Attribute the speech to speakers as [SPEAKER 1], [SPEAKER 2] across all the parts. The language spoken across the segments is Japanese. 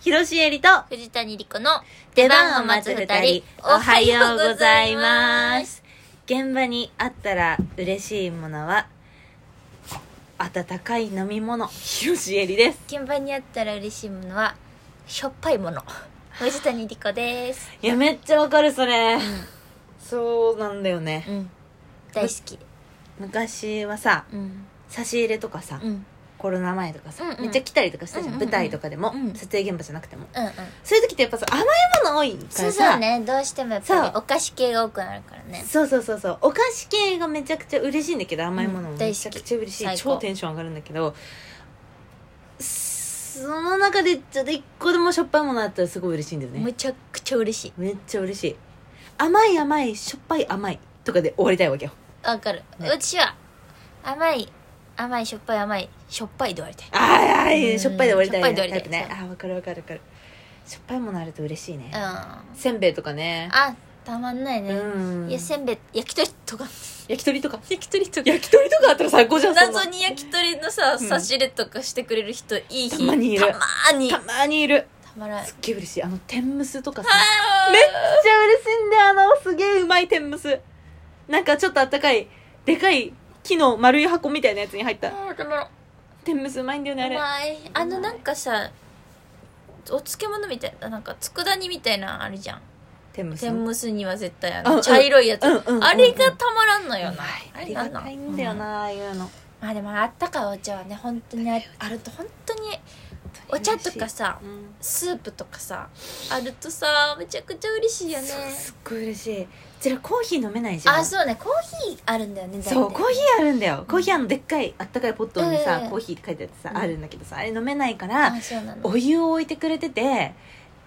[SPEAKER 1] ひろしえりと
[SPEAKER 2] 藤谷莉子の
[SPEAKER 1] 出番を待つ二人、おはようございます。現場にあったら嬉しいものは、温かい飲み物、ひろしえりです。
[SPEAKER 2] 現場にあったら嬉しいものはしょっぱいもの藤谷莉子です
[SPEAKER 1] いや、めっちゃわかる、それ。そうなんだよね。
[SPEAKER 2] うん大好き
[SPEAKER 1] 昔はさ、
[SPEAKER 2] うん
[SPEAKER 1] 差し入れとかさ、
[SPEAKER 2] うん
[SPEAKER 1] コロナ前とかさ、
[SPEAKER 2] うんうん
[SPEAKER 1] めっちゃ来たりとかしたじゃん。
[SPEAKER 2] うんうんうん
[SPEAKER 1] 舞台とかでも、
[SPEAKER 2] うん
[SPEAKER 1] 撮影現場じゃなくても。
[SPEAKER 2] うんうん
[SPEAKER 1] そういう時ってやっぱさ、甘いもの多いからさ、
[SPEAKER 2] そうそうねどうしてもやっぱり
[SPEAKER 1] そう
[SPEAKER 2] お菓子系が多くなるからね
[SPEAKER 1] そうそうそうそうお菓子系がめちゃくちゃ嬉しいんだけど甘いものも
[SPEAKER 2] うん
[SPEAKER 1] めちゃくちゃ嬉しい、
[SPEAKER 2] 大好き最
[SPEAKER 1] 超
[SPEAKER 2] 高
[SPEAKER 1] テンション上がるんだけどその中でちょっと一個でもしょっぱいものあったらすごい嬉しいんだよ
[SPEAKER 2] め
[SPEAKER 1] ね
[SPEAKER 2] ちゃくちゃ嬉しい
[SPEAKER 1] めっちゃ嬉しい甘い甘いしょっぱい甘いとかで終わりたいわけよ
[SPEAKER 2] わかる、
[SPEAKER 1] ね
[SPEAKER 2] うちは甘い甘いしょっぱい甘いしょっぱいで終わりたい
[SPEAKER 1] ああ
[SPEAKER 2] うん
[SPEAKER 1] しょっぱいで終わりたい,、ね、
[SPEAKER 2] しょっぱいで終わりたい
[SPEAKER 1] タイプねあーわかるわかるわかるしょっぱいものあると嬉しいね
[SPEAKER 2] うん、あ
[SPEAKER 1] せんべいとかね
[SPEAKER 2] たまんないうね、
[SPEAKER 1] ん
[SPEAKER 2] いやせんべい焼き鳥とか
[SPEAKER 1] 焼き鳥とか
[SPEAKER 2] 焼き鳥と
[SPEAKER 1] 焼き鳥とかあったら最高じゃんそんな
[SPEAKER 2] 謎に焼き鳥のさ
[SPEAKER 1] うん
[SPEAKER 2] 差し入れとかしてくれる人いい日
[SPEAKER 1] たまにいる
[SPEAKER 2] たまーに
[SPEAKER 1] た
[SPEAKER 2] た
[SPEAKER 1] まにいる
[SPEAKER 2] まらない
[SPEAKER 1] すっげえ嬉しいあの天むすとかさ
[SPEAKER 2] あー
[SPEAKER 1] めっちゃ嬉しいんだよあのすげえうまい天むすなんかちょっとあったかいでかい木の丸い箱みたいなやつに入った
[SPEAKER 2] あーたまらん
[SPEAKER 1] 天むすうまいんだよねあ
[SPEAKER 2] う
[SPEAKER 1] れ
[SPEAKER 2] まいあのなんかさお漬物みたいななんか佃煮みたいなのあるじゃん
[SPEAKER 1] 天むす
[SPEAKER 2] 天むすには絶対あ
[SPEAKER 1] うんう
[SPEAKER 2] の
[SPEAKER 1] ん
[SPEAKER 2] 茶色いやつ、
[SPEAKER 1] うんうんうん
[SPEAKER 2] あれがたまらんの
[SPEAKER 1] う
[SPEAKER 2] よ
[SPEAKER 1] まい
[SPEAKER 2] な、
[SPEAKER 1] ありがたいんだよ
[SPEAKER 2] あれなんなん
[SPEAKER 1] なああいうの
[SPEAKER 2] まあでもあったかいお茶はね本当にああると本当にお茶とかさ
[SPEAKER 1] うん
[SPEAKER 2] スープとかさあるとさめちゃくちゃ嬉しいよね
[SPEAKER 1] そうすっごい嬉しいうちらコーヒー飲めないじゃん
[SPEAKER 2] あそうねコーヒーあるんだよね大体
[SPEAKER 1] そうコーヒーあるんだよコーヒーあのでっかいあったかいポットに
[SPEAKER 2] うん
[SPEAKER 1] さ
[SPEAKER 2] うん
[SPEAKER 1] コーヒーって書いてあってさ
[SPEAKER 2] うん
[SPEAKER 1] あるんだけどさあれ飲めないから
[SPEAKER 2] あそうなの
[SPEAKER 1] お湯を置いてくれてて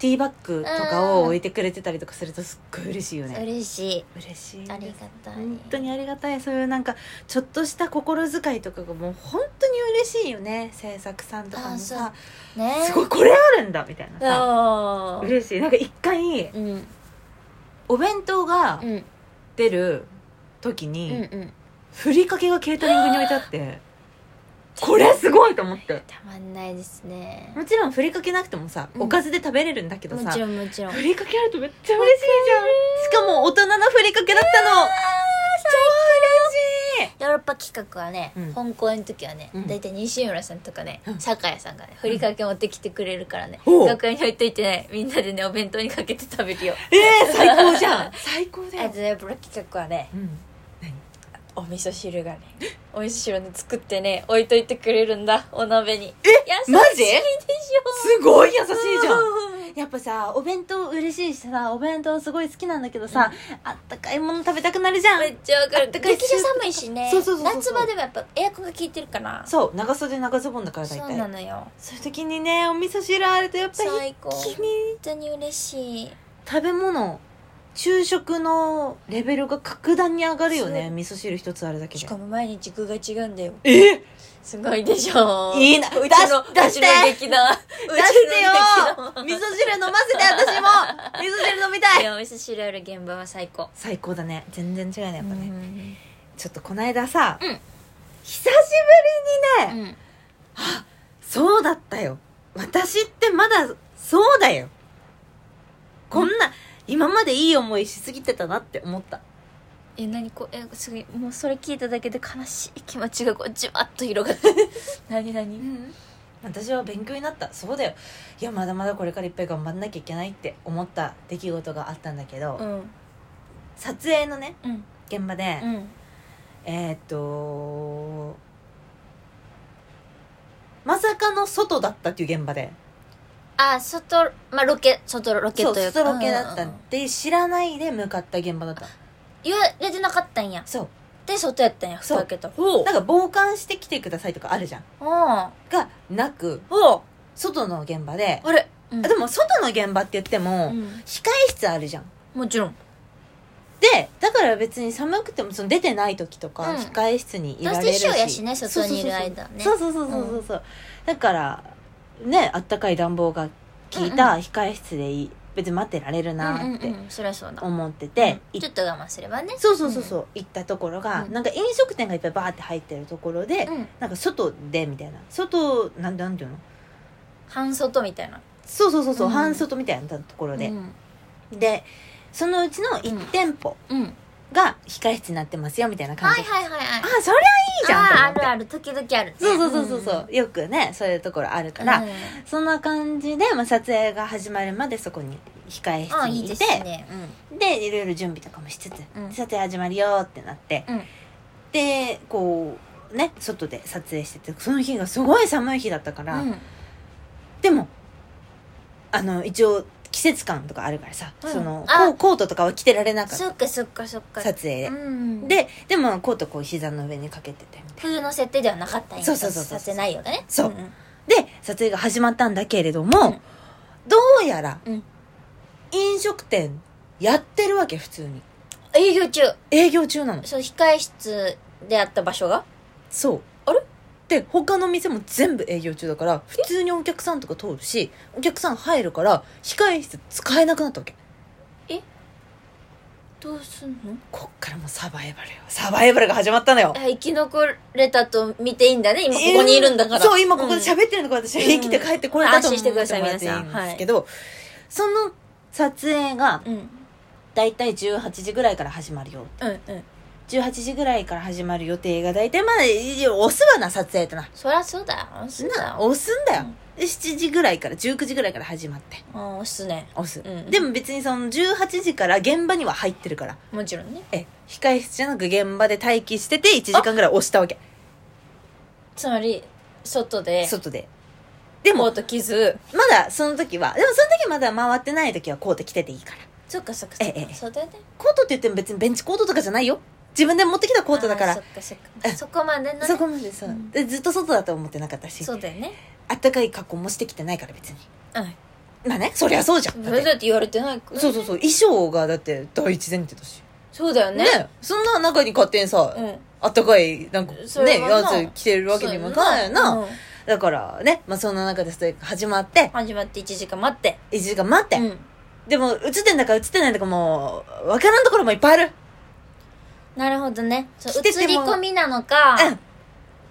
[SPEAKER 1] ティーバッグとかを置いてくれてたりとかするとすっごい嬉しいよね
[SPEAKER 2] 嬉しい
[SPEAKER 1] 嬉しいです
[SPEAKER 2] ありがたい
[SPEAKER 1] 本当にありがたいそういうなんかちょっとした心遣いとかがもう本当に嬉しいよね制作さんとかもさ
[SPEAKER 2] ね
[SPEAKER 1] すごいこれあるんだみたいなさ
[SPEAKER 2] あー
[SPEAKER 1] 嬉しいなんか一回
[SPEAKER 2] うんうん
[SPEAKER 1] お弁当が
[SPEAKER 2] うん
[SPEAKER 1] 出る時
[SPEAKER 2] う
[SPEAKER 1] に、
[SPEAKER 2] ん
[SPEAKER 1] ふりかけがケータリングに置いてあってこれすごいと思って
[SPEAKER 2] たまんないですね
[SPEAKER 1] もちろんふりかけなくてもさ、
[SPEAKER 2] うん
[SPEAKER 1] おかずで食べれるんだけど
[SPEAKER 2] も
[SPEAKER 1] さ
[SPEAKER 2] ちろんもちろん
[SPEAKER 1] ふりかけあるとめっちゃ嬉しいじゃんしかも大人のふりかけだったの超嬉しい
[SPEAKER 2] ヨーロッパ企画はね、
[SPEAKER 1] うん
[SPEAKER 2] 本公演の時はね、
[SPEAKER 1] うん
[SPEAKER 2] 大体西村さんとかね、
[SPEAKER 1] うん
[SPEAKER 2] 酒屋さんがねふりかけ持ってきてくれるからね、
[SPEAKER 1] おう
[SPEAKER 2] 楽屋に置いといてねみんなでねお弁当にかけて食べるよ
[SPEAKER 1] ええ最高じゃん最高だ
[SPEAKER 2] あ
[SPEAKER 1] よ
[SPEAKER 2] と、ね、プロ企画はね
[SPEAKER 1] うん
[SPEAKER 2] お味噌汁がねお味噌汁ね作ってね置いといてくれるんだお鍋に
[SPEAKER 1] え
[SPEAKER 2] 優
[SPEAKER 1] マ
[SPEAKER 2] し
[SPEAKER 1] ジ
[SPEAKER 2] いでしょ
[SPEAKER 1] すごい優しいじゃん
[SPEAKER 2] ん
[SPEAKER 1] やっぱさお弁当嬉しいしさお弁当すごい好きなんだけどさ、あったかいもの食べたくなるじゃん
[SPEAKER 2] めっちゃわか
[SPEAKER 1] あっ
[SPEAKER 2] る
[SPEAKER 1] た
[SPEAKER 2] 劇
[SPEAKER 1] かい
[SPEAKER 2] 場寒いしね
[SPEAKER 1] そうそうそうそう
[SPEAKER 2] 夏場でもやっぱエアコンが効いてるから
[SPEAKER 1] そう長袖長ズボンだから大
[SPEAKER 2] そう
[SPEAKER 1] 体
[SPEAKER 2] なのよ
[SPEAKER 1] そういう時にねお味噌汁あるとやっぱり
[SPEAKER 2] 最高
[SPEAKER 1] 一
[SPEAKER 2] 本
[SPEAKER 1] 気に
[SPEAKER 2] 当に嬉しい
[SPEAKER 1] 食べ物昼食のレベルが格段に上がるよね
[SPEAKER 2] そ
[SPEAKER 1] 味噌汁一つあるだけ
[SPEAKER 2] し
[SPEAKER 1] で
[SPEAKER 2] かも毎日具が違うんだよ
[SPEAKER 1] えっ
[SPEAKER 2] すごいでしょ
[SPEAKER 1] いいな
[SPEAKER 2] うちの
[SPEAKER 1] 出し
[SPEAKER 2] う
[SPEAKER 1] 出
[SPEAKER 2] ち
[SPEAKER 1] して
[SPEAKER 2] の劇団うちの
[SPEAKER 1] 出してよ
[SPEAKER 2] 劇団
[SPEAKER 1] 味噌汁飲ませて 私も味噌汁飲みた
[SPEAKER 2] い
[SPEAKER 1] い
[SPEAKER 2] やお味噌汁ある現場は最高
[SPEAKER 1] 最高だね全然違うねやっぱね、
[SPEAKER 2] うん
[SPEAKER 1] ちょっとこの間さ、
[SPEAKER 2] うん
[SPEAKER 1] 久しぶりにね、
[SPEAKER 2] うん
[SPEAKER 1] そうだったよ私ってまだそうだよこんな、今までいい思いしすぎてたなって思った
[SPEAKER 2] え何こえすごいもうそれ聞いただけで悲しい気持ちがこうじわっと広がって 何何
[SPEAKER 1] 私は勉強になったそうだよいやまだまだこれからいっぱい頑張んなきゃいけないって思った出来事があったんだけど、
[SPEAKER 2] うん
[SPEAKER 1] 撮影のね
[SPEAKER 2] うん
[SPEAKER 1] 現場で、
[SPEAKER 2] うん
[SPEAKER 1] えー、っとまさかの外だったっていう現場で
[SPEAKER 2] あ外まあロケ外ロケ
[SPEAKER 1] そう
[SPEAKER 2] というか
[SPEAKER 1] 外ロケだった
[SPEAKER 2] うんん
[SPEAKER 1] で知らないで向かった現場だった
[SPEAKER 2] 言われてなかったんや
[SPEAKER 1] そう
[SPEAKER 2] で外やったんや
[SPEAKER 1] そう
[SPEAKER 2] 蓋開けたほう
[SPEAKER 1] なんか傍観してきてくださいとかあるじゃん
[SPEAKER 2] あ
[SPEAKER 1] がなく
[SPEAKER 2] あ
[SPEAKER 1] 外の現場で、
[SPEAKER 2] あれうん
[SPEAKER 1] あでも外の現場って言っても、
[SPEAKER 2] うん
[SPEAKER 1] 控え室あるじゃん
[SPEAKER 2] もちろん
[SPEAKER 1] でだから別に寒くてもその出てない時とか、
[SPEAKER 2] うん
[SPEAKER 1] 控え室にいられる
[SPEAKER 2] どうせ一緒やしね外にいる間ね
[SPEAKER 1] そうそうそうそうそうそうそうだからねあったかい暖房が効い
[SPEAKER 2] うん
[SPEAKER 1] た控え室でいい、別に待ってられるなーっ
[SPEAKER 2] う
[SPEAKER 1] て
[SPEAKER 2] んうんうん、そりゃそうだ
[SPEAKER 1] 思ってて、
[SPEAKER 2] うん
[SPEAKER 1] い
[SPEAKER 2] ちょっと我慢すればね
[SPEAKER 1] そうそうそうそう、行ったところが、
[SPEAKER 2] うん
[SPEAKER 1] なんか飲食店がいっぱいバーって入ってるところで、
[SPEAKER 2] うん
[SPEAKER 1] なんか外でみたいな外なんなんていうの
[SPEAKER 2] 半外みたいな
[SPEAKER 1] そうそうそうそう、
[SPEAKER 2] うん
[SPEAKER 1] 半外みたいなところで
[SPEAKER 2] う、ん
[SPEAKER 1] でそのうちの1店舗
[SPEAKER 2] うん
[SPEAKER 1] が控室になってますよみたいな感
[SPEAKER 2] は
[SPEAKER 1] じ、
[SPEAKER 2] いはいはいはい
[SPEAKER 1] あそりゃいいじゃんと思
[SPEAKER 2] あーあ
[SPEAKER 1] って
[SPEAKER 2] るある時々あるね
[SPEAKER 1] そうそうそうそうそう、よくねそういうところあるか
[SPEAKER 2] うん
[SPEAKER 1] ら、
[SPEAKER 2] うん
[SPEAKER 1] そんな感じで、まあ、撮影が始まるまでそこに控え室
[SPEAKER 2] あーい
[SPEAKER 1] に
[SPEAKER 2] い
[SPEAKER 1] い
[SPEAKER 2] です
[SPEAKER 1] て
[SPEAKER 2] ね
[SPEAKER 1] でいろいろ準備とかもしつつ、
[SPEAKER 2] うん
[SPEAKER 1] 撮影始まるよってなって、
[SPEAKER 2] うん
[SPEAKER 1] でこうね外で撮影しててその日がすごい寒い日だったか
[SPEAKER 2] う
[SPEAKER 1] ら、
[SPEAKER 2] んうん
[SPEAKER 1] でもあの一応季節感とかあるからさ、
[SPEAKER 2] うん
[SPEAKER 1] その
[SPEAKER 2] あ
[SPEAKER 1] コーコートとかは着てられなかっ
[SPEAKER 2] そ
[SPEAKER 1] た
[SPEAKER 2] っかそっかそっか
[SPEAKER 1] 撮影で、
[SPEAKER 2] うん
[SPEAKER 1] ででもコートこう膝の上にかけててみたいな
[SPEAKER 2] 冬の設定ではなかったんや
[SPEAKER 1] そうそうそうそう
[SPEAKER 2] 撮影内容がね
[SPEAKER 1] そうん
[SPEAKER 2] ん
[SPEAKER 1] で撮影が始まったんだけれども、
[SPEAKER 2] うん
[SPEAKER 1] どうやら
[SPEAKER 2] うん
[SPEAKER 1] 飲食店やってるわけ普通に
[SPEAKER 2] 営業中
[SPEAKER 1] 営業中なの
[SPEAKER 2] そう控え室であった場所が
[SPEAKER 1] そう
[SPEAKER 2] あれ
[SPEAKER 1] で他の店も全部営業中だから普通にお客さんとか通るしお客さん入るから控え室使えなくなったわけ
[SPEAKER 2] どうすんの
[SPEAKER 1] こっからもうサバイバルよサバイバルが始まったのよ
[SPEAKER 2] あ生き残れたと見ていいんだね今ここにいるんだから、
[SPEAKER 1] えーそう今ここで喋ってるのか、私は生きて帰ってこれたと思
[SPEAKER 2] 安心してください
[SPEAKER 1] 思ってもらって
[SPEAKER 2] 皆さん
[SPEAKER 1] いいんですけど、その撮影が
[SPEAKER 2] うんうん
[SPEAKER 1] だいたい18時ぐらいから始まるよ
[SPEAKER 2] うんうん
[SPEAKER 1] 18時ぐらいから始まる予定が大体まあいや押すわな撮影ってな
[SPEAKER 2] そりゃそうだよそうだ
[SPEAKER 1] な
[SPEAKER 2] よ
[SPEAKER 1] 押すんだよ、で7時ぐらいから19時ぐらいから始まって
[SPEAKER 2] うん押すね
[SPEAKER 1] 押す、
[SPEAKER 2] うん
[SPEAKER 1] でも別にその18時から現場には入ってるから
[SPEAKER 2] もちろんね
[SPEAKER 1] え控え室じゃなく現場で待機してて1時間ぐらい押したわけ
[SPEAKER 2] つまり外で
[SPEAKER 1] 外でで
[SPEAKER 2] コー
[SPEAKER 1] も
[SPEAKER 2] ト着ず
[SPEAKER 1] まだその時はでもその時まだ回ってない時はコート着てていいから
[SPEAKER 2] そっかそっかそっ
[SPEAKER 1] えええ
[SPEAKER 2] か
[SPEAKER 1] え
[SPEAKER 2] そうだよね
[SPEAKER 1] コートって言っても別にベンチコートとかじゃないよ自分で持ってきたコートだか
[SPEAKER 2] あ
[SPEAKER 1] ら
[SPEAKER 2] そっかそっかそこまでのね
[SPEAKER 1] そこまでそう、
[SPEAKER 2] うん
[SPEAKER 1] でずっと外だと思ってなかったし
[SPEAKER 2] そうだよね
[SPEAKER 1] あったかい格好もしてきてないから別に
[SPEAKER 2] うん
[SPEAKER 1] まあねそりゃそうじゃんだ
[SPEAKER 2] そ
[SPEAKER 1] っ
[SPEAKER 2] れ
[SPEAKER 1] て
[SPEAKER 2] だって言われてないから
[SPEAKER 1] そうそうそう衣装がだって第一前提だし
[SPEAKER 2] そうだよ
[SPEAKER 1] ね
[SPEAKER 2] ね
[SPEAKER 1] そんな中に勝手にさ、
[SPEAKER 2] う
[SPEAKER 1] あったかいなんかね
[SPEAKER 2] それは
[SPEAKER 1] や
[SPEAKER 2] な
[SPEAKER 1] つ着てる
[SPEAKER 2] ん
[SPEAKER 1] わけにもいかないよな、
[SPEAKER 2] うん
[SPEAKER 1] だからね、まあ、そんな中でそれが始まって
[SPEAKER 2] 始まって1時間待って
[SPEAKER 1] 1時間待って、
[SPEAKER 2] うん
[SPEAKER 1] でも映ってんだか映ってないんだかもうわからんところもいっぱいある
[SPEAKER 2] なるほどねそう
[SPEAKER 1] 来て
[SPEAKER 2] 映
[SPEAKER 1] ても
[SPEAKER 2] り込みなのか
[SPEAKER 1] うん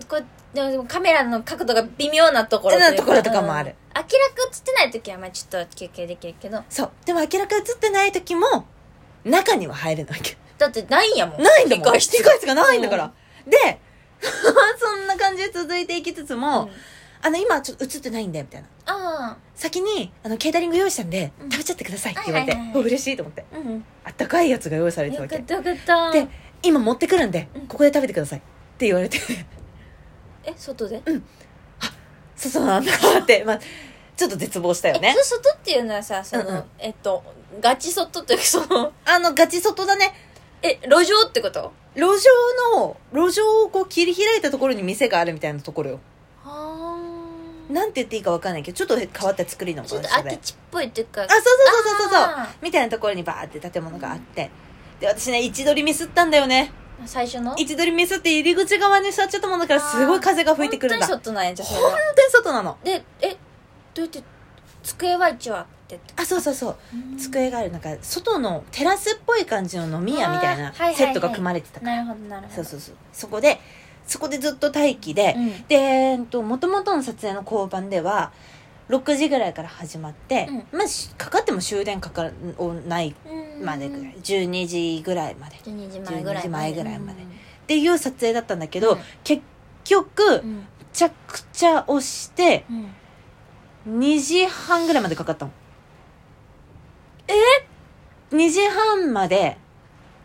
[SPEAKER 2] こうでもでもカメラの角度が微妙なところいう
[SPEAKER 1] うんところとかもある
[SPEAKER 2] うん明らか映ってない時はまあちょっと休憩できるけど
[SPEAKER 1] そうでも明らか映ってない時も中には入れないわけ
[SPEAKER 2] だってないんやもん
[SPEAKER 1] ないんだもん。
[SPEAKER 2] 理
[SPEAKER 1] 控
[SPEAKER 2] 解して
[SPEAKER 1] 室がないんだから。で、 そんな感じで続いていきつつも、
[SPEAKER 2] うん
[SPEAKER 1] あの、今ちょっと映ってないんで、みたいな。
[SPEAKER 2] あ
[SPEAKER 1] 先に、あの、ケータリング用意したんで、
[SPEAKER 2] うん
[SPEAKER 1] 食べちゃってくださいって言われて、
[SPEAKER 2] はいはいはいはい
[SPEAKER 1] お嬉しいと思って。
[SPEAKER 2] あうん
[SPEAKER 1] あったかいやつが用意されてた
[SPEAKER 2] よ
[SPEAKER 1] わ
[SPEAKER 2] か
[SPEAKER 1] け
[SPEAKER 2] っ。たよかった
[SPEAKER 1] で、今持ってくるんで
[SPEAKER 2] うん、
[SPEAKER 1] ここで食べてくださいって言われて、
[SPEAKER 2] え外で
[SPEAKER 1] そうそうなんだって、まあ、ちょっと絶望したよ
[SPEAKER 2] え
[SPEAKER 1] ね
[SPEAKER 2] そ。れ外っていうのはさその、
[SPEAKER 1] うんうん
[SPEAKER 2] えっとガチ外というかその
[SPEAKER 1] あの、ガチ外だね。
[SPEAKER 2] え路上ってこと
[SPEAKER 1] 路上の、路上をこう切り開いたところに店があるみたいなところよ。
[SPEAKER 2] あ
[SPEAKER 1] なんて言っていいかわかんないけど、ちょっと変わった作りなの
[SPEAKER 2] ち
[SPEAKER 1] か
[SPEAKER 2] ょっ
[SPEAKER 1] な
[SPEAKER 2] と
[SPEAKER 1] それ
[SPEAKER 2] 空き地っぽいっていうか
[SPEAKER 1] あ、そうそうそうそうそうそう。
[SPEAKER 2] あ
[SPEAKER 1] みたいなところにバーって建物があって。で、私ね、位置取りミスったんだよね。
[SPEAKER 2] ー最初の
[SPEAKER 1] 位置取りミスって入り口側に座っちゃったもんだから、すごい風が吹いてくるんだ。
[SPEAKER 2] 本
[SPEAKER 1] 本
[SPEAKER 2] 当に外なんやじゃあそれは
[SPEAKER 1] 当に外なの。
[SPEAKER 2] でえどうやって机は一応あってって
[SPEAKER 1] あ、そうそうそう。机がある、なんか、外のテラスっぽい感じの飲み屋みたい
[SPEAKER 2] あ
[SPEAKER 1] な
[SPEAKER 2] ーはいはいはい
[SPEAKER 1] セットが組まれてたから。
[SPEAKER 2] なるほどなるほど
[SPEAKER 1] そうそうそう。そこで、そこでずっと待機で、
[SPEAKER 2] うん
[SPEAKER 1] で、えっと、元々の撮影の交番では、6時ぐらいから始まって、まあ、しかかっても終電かからない
[SPEAKER 2] うん
[SPEAKER 1] までぐらい、12時ぐらいまで。
[SPEAKER 2] 12時前ぐらい
[SPEAKER 1] 12時前ぐらいまでっていう撮影だったんだけど、
[SPEAKER 2] うん
[SPEAKER 1] 結局
[SPEAKER 2] う、ん
[SPEAKER 1] めちゃくちゃ押して、
[SPEAKER 2] うんうん
[SPEAKER 1] 2時半ぐらいまでかかったの。え ?2 時半まで、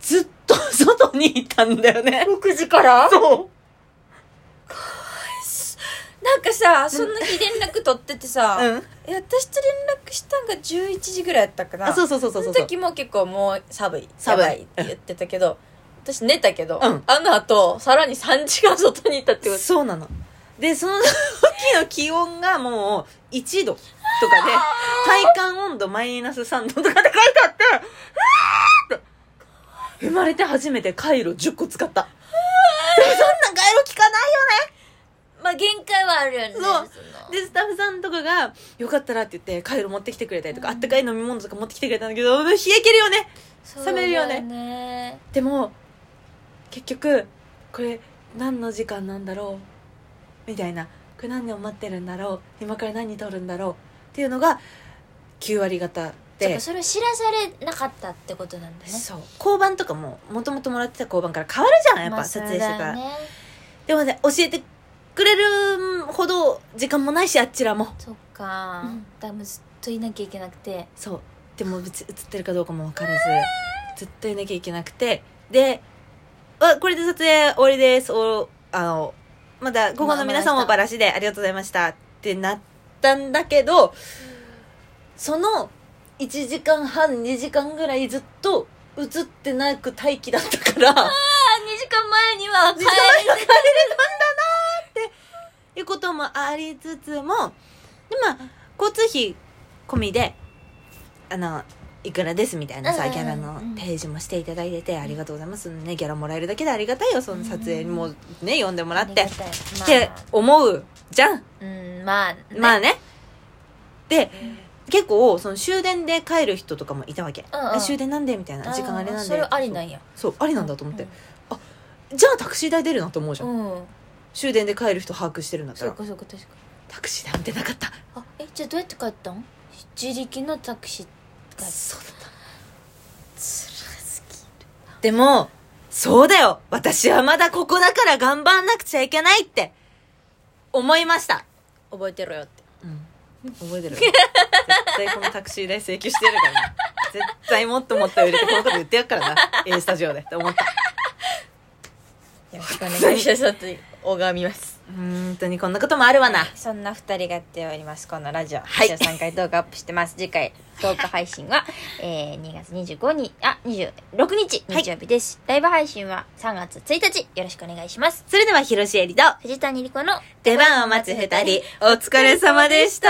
[SPEAKER 1] ずっと外にいたんだよね。
[SPEAKER 2] 6時から
[SPEAKER 1] そう。
[SPEAKER 2] なんかさそんな日連絡取っててさ、
[SPEAKER 1] うん。
[SPEAKER 2] え私と連絡したんが11時ぐらいやったかな
[SPEAKER 1] あ、そううそうそうそうそう。
[SPEAKER 2] の時も結構もう寒い
[SPEAKER 1] 寒い
[SPEAKER 2] やばいって言ってたけど私寝たけど、
[SPEAKER 1] うん
[SPEAKER 2] あの後さらに3時間外にいたってこと
[SPEAKER 1] そうなの。で、その時の気温がもう1度とかで、体感温度マイナス3度とかって書いてあって、うわーって生まれて初めてカイロ10個使った。でもそんなカイロ効かないよ
[SPEAKER 2] まあ限界はあるよね
[SPEAKER 1] そう
[SPEAKER 2] の
[SPEAKER 1] で、スタッフさんとかが、よかったらって言って、カイロ持ってきてくれたりとか、あったかい飲み物とか持ってきてくれたんだけど、冷え切るよね。
[SPEAKER 2] そう
[SPEAKER 1] 冷めるよね
[SPEAKER 2] だね
[SPEAKER 1] でも、結局、これ何の時間なんだろうみたいな。これ何年を待ってるんだろう今から何に撮るんだろうっていうのが9割方
[SPEAKER 2] そっ
[SPEAKER 1] で
[SPEAKER 2] かそれを知らされなかったってことなんだね
[SPEAKER 1] そう交番とかももともともらってた交番から変わるじゃんやっ
[SPEAKER 2] ま
[SPEAKER 1] ぱ
[SPEAKER 2] あ
[SPEAKER 1] 撮影してたら、
[SPEAKER 2] そうだよね
[SPEAKER 1] でもね教えてくれるほど時間もないしあっちらも
[SPEAKER 2] そっか、
[SPEAKER 1] うん
[SPEAKER 2] だからもうずっといなきゃいけなくて
[SPEAKER 1] そうでも別に映ってるかどうかも分からずずっといなきゃいけなくてで「あこれで撮影終わりです」おあの「まだ午後の皆さんもバラシでありがとうございました」ってなったんだけどその1時間半2時間ぐらいずっと映ってなく待機だったから。
[SPEAKER 2] あ2時間前には帰
[SPEAKER 1] 帰
[SPEAKER 2] る
[SPEAKER 1] れ帰れなんだなーっていうこともありつつもでまあ交通費込みであのいくらですみたいなさ、
[SPEAKER 2] うんうん
[SPEAKER 1] ギ
[SPEAKER 2] うん
[SPEAKER 1] ャラの提示もしていただいてて、ありがとうございますねギャラもらえるだけでありがたいよその撮影にもね、呼んでもらって、
[SPEAKER 2] あり
[SPEAKER 1] っ
[SPEAKER 2] がたい
[SPEAKER 1] て思うじゃん
[SPEAKER 2] まあ、うんまあね、
[SPEAKER 1] まあねで結構その終電で帰る人とかもいたわけ、
[SPEAKER 2] うんうん
[SPEAKER 1] あ終電なんでみたいな時間あれなんで
[SPEAKER 2] それありなんや
[SPEAKER 1] そうありなんだと思って、じゃあタクシー代出るなと思うじゃ、
[SPEAKER 2] うんん、うん
[SPEAKER 1] 終電で帰る人把握してるんだった
[SPEAKER 2] そう
[SPEAKER 1] ら
[SPEAKER 2] かそうか確か
[SPEAKER 1] タクシー代も出なかった
[SPEAKER 2] あえじゃあどうやって帰ったん自力のタクシーが
[SPEAKER 1] そう
[SPEAKER 2] つらすぎ
[SPEAKER 1] だでもそうだよ私はまだここだから頑張んなくちゃいけないって思いました、
[SPEAKER 2] 覚えてろよって
[SPEAKER 1] うん、覚えてる絶対このタクシー代請求してるからな絶対もっともっと売れてこのこと言ってやるからな A スタジオでって思った
[SPEAKER 2] よろしくお願いします拝みます
[SPEAKER 1] 本当にこんなこともあるわな
[SPEAKER 2] そんな2人がやっておりますこのラジオ
[SPEAKER 1] はい
[SPEAKER 2] 一応3回動画アップしてます次回動画配信は、えー、2月25日あ26日
[SPEAKER 1] はい
[SPEAKER 2] 日曜日です、ライブ配信は3月1日よろしくお願いします
[SPEAKER 1] それでは広瀬えりと
[SPEAKER 2] 藤谷莉子の
[SPEAKER 1] 出番を待つ二人お疲れ様でした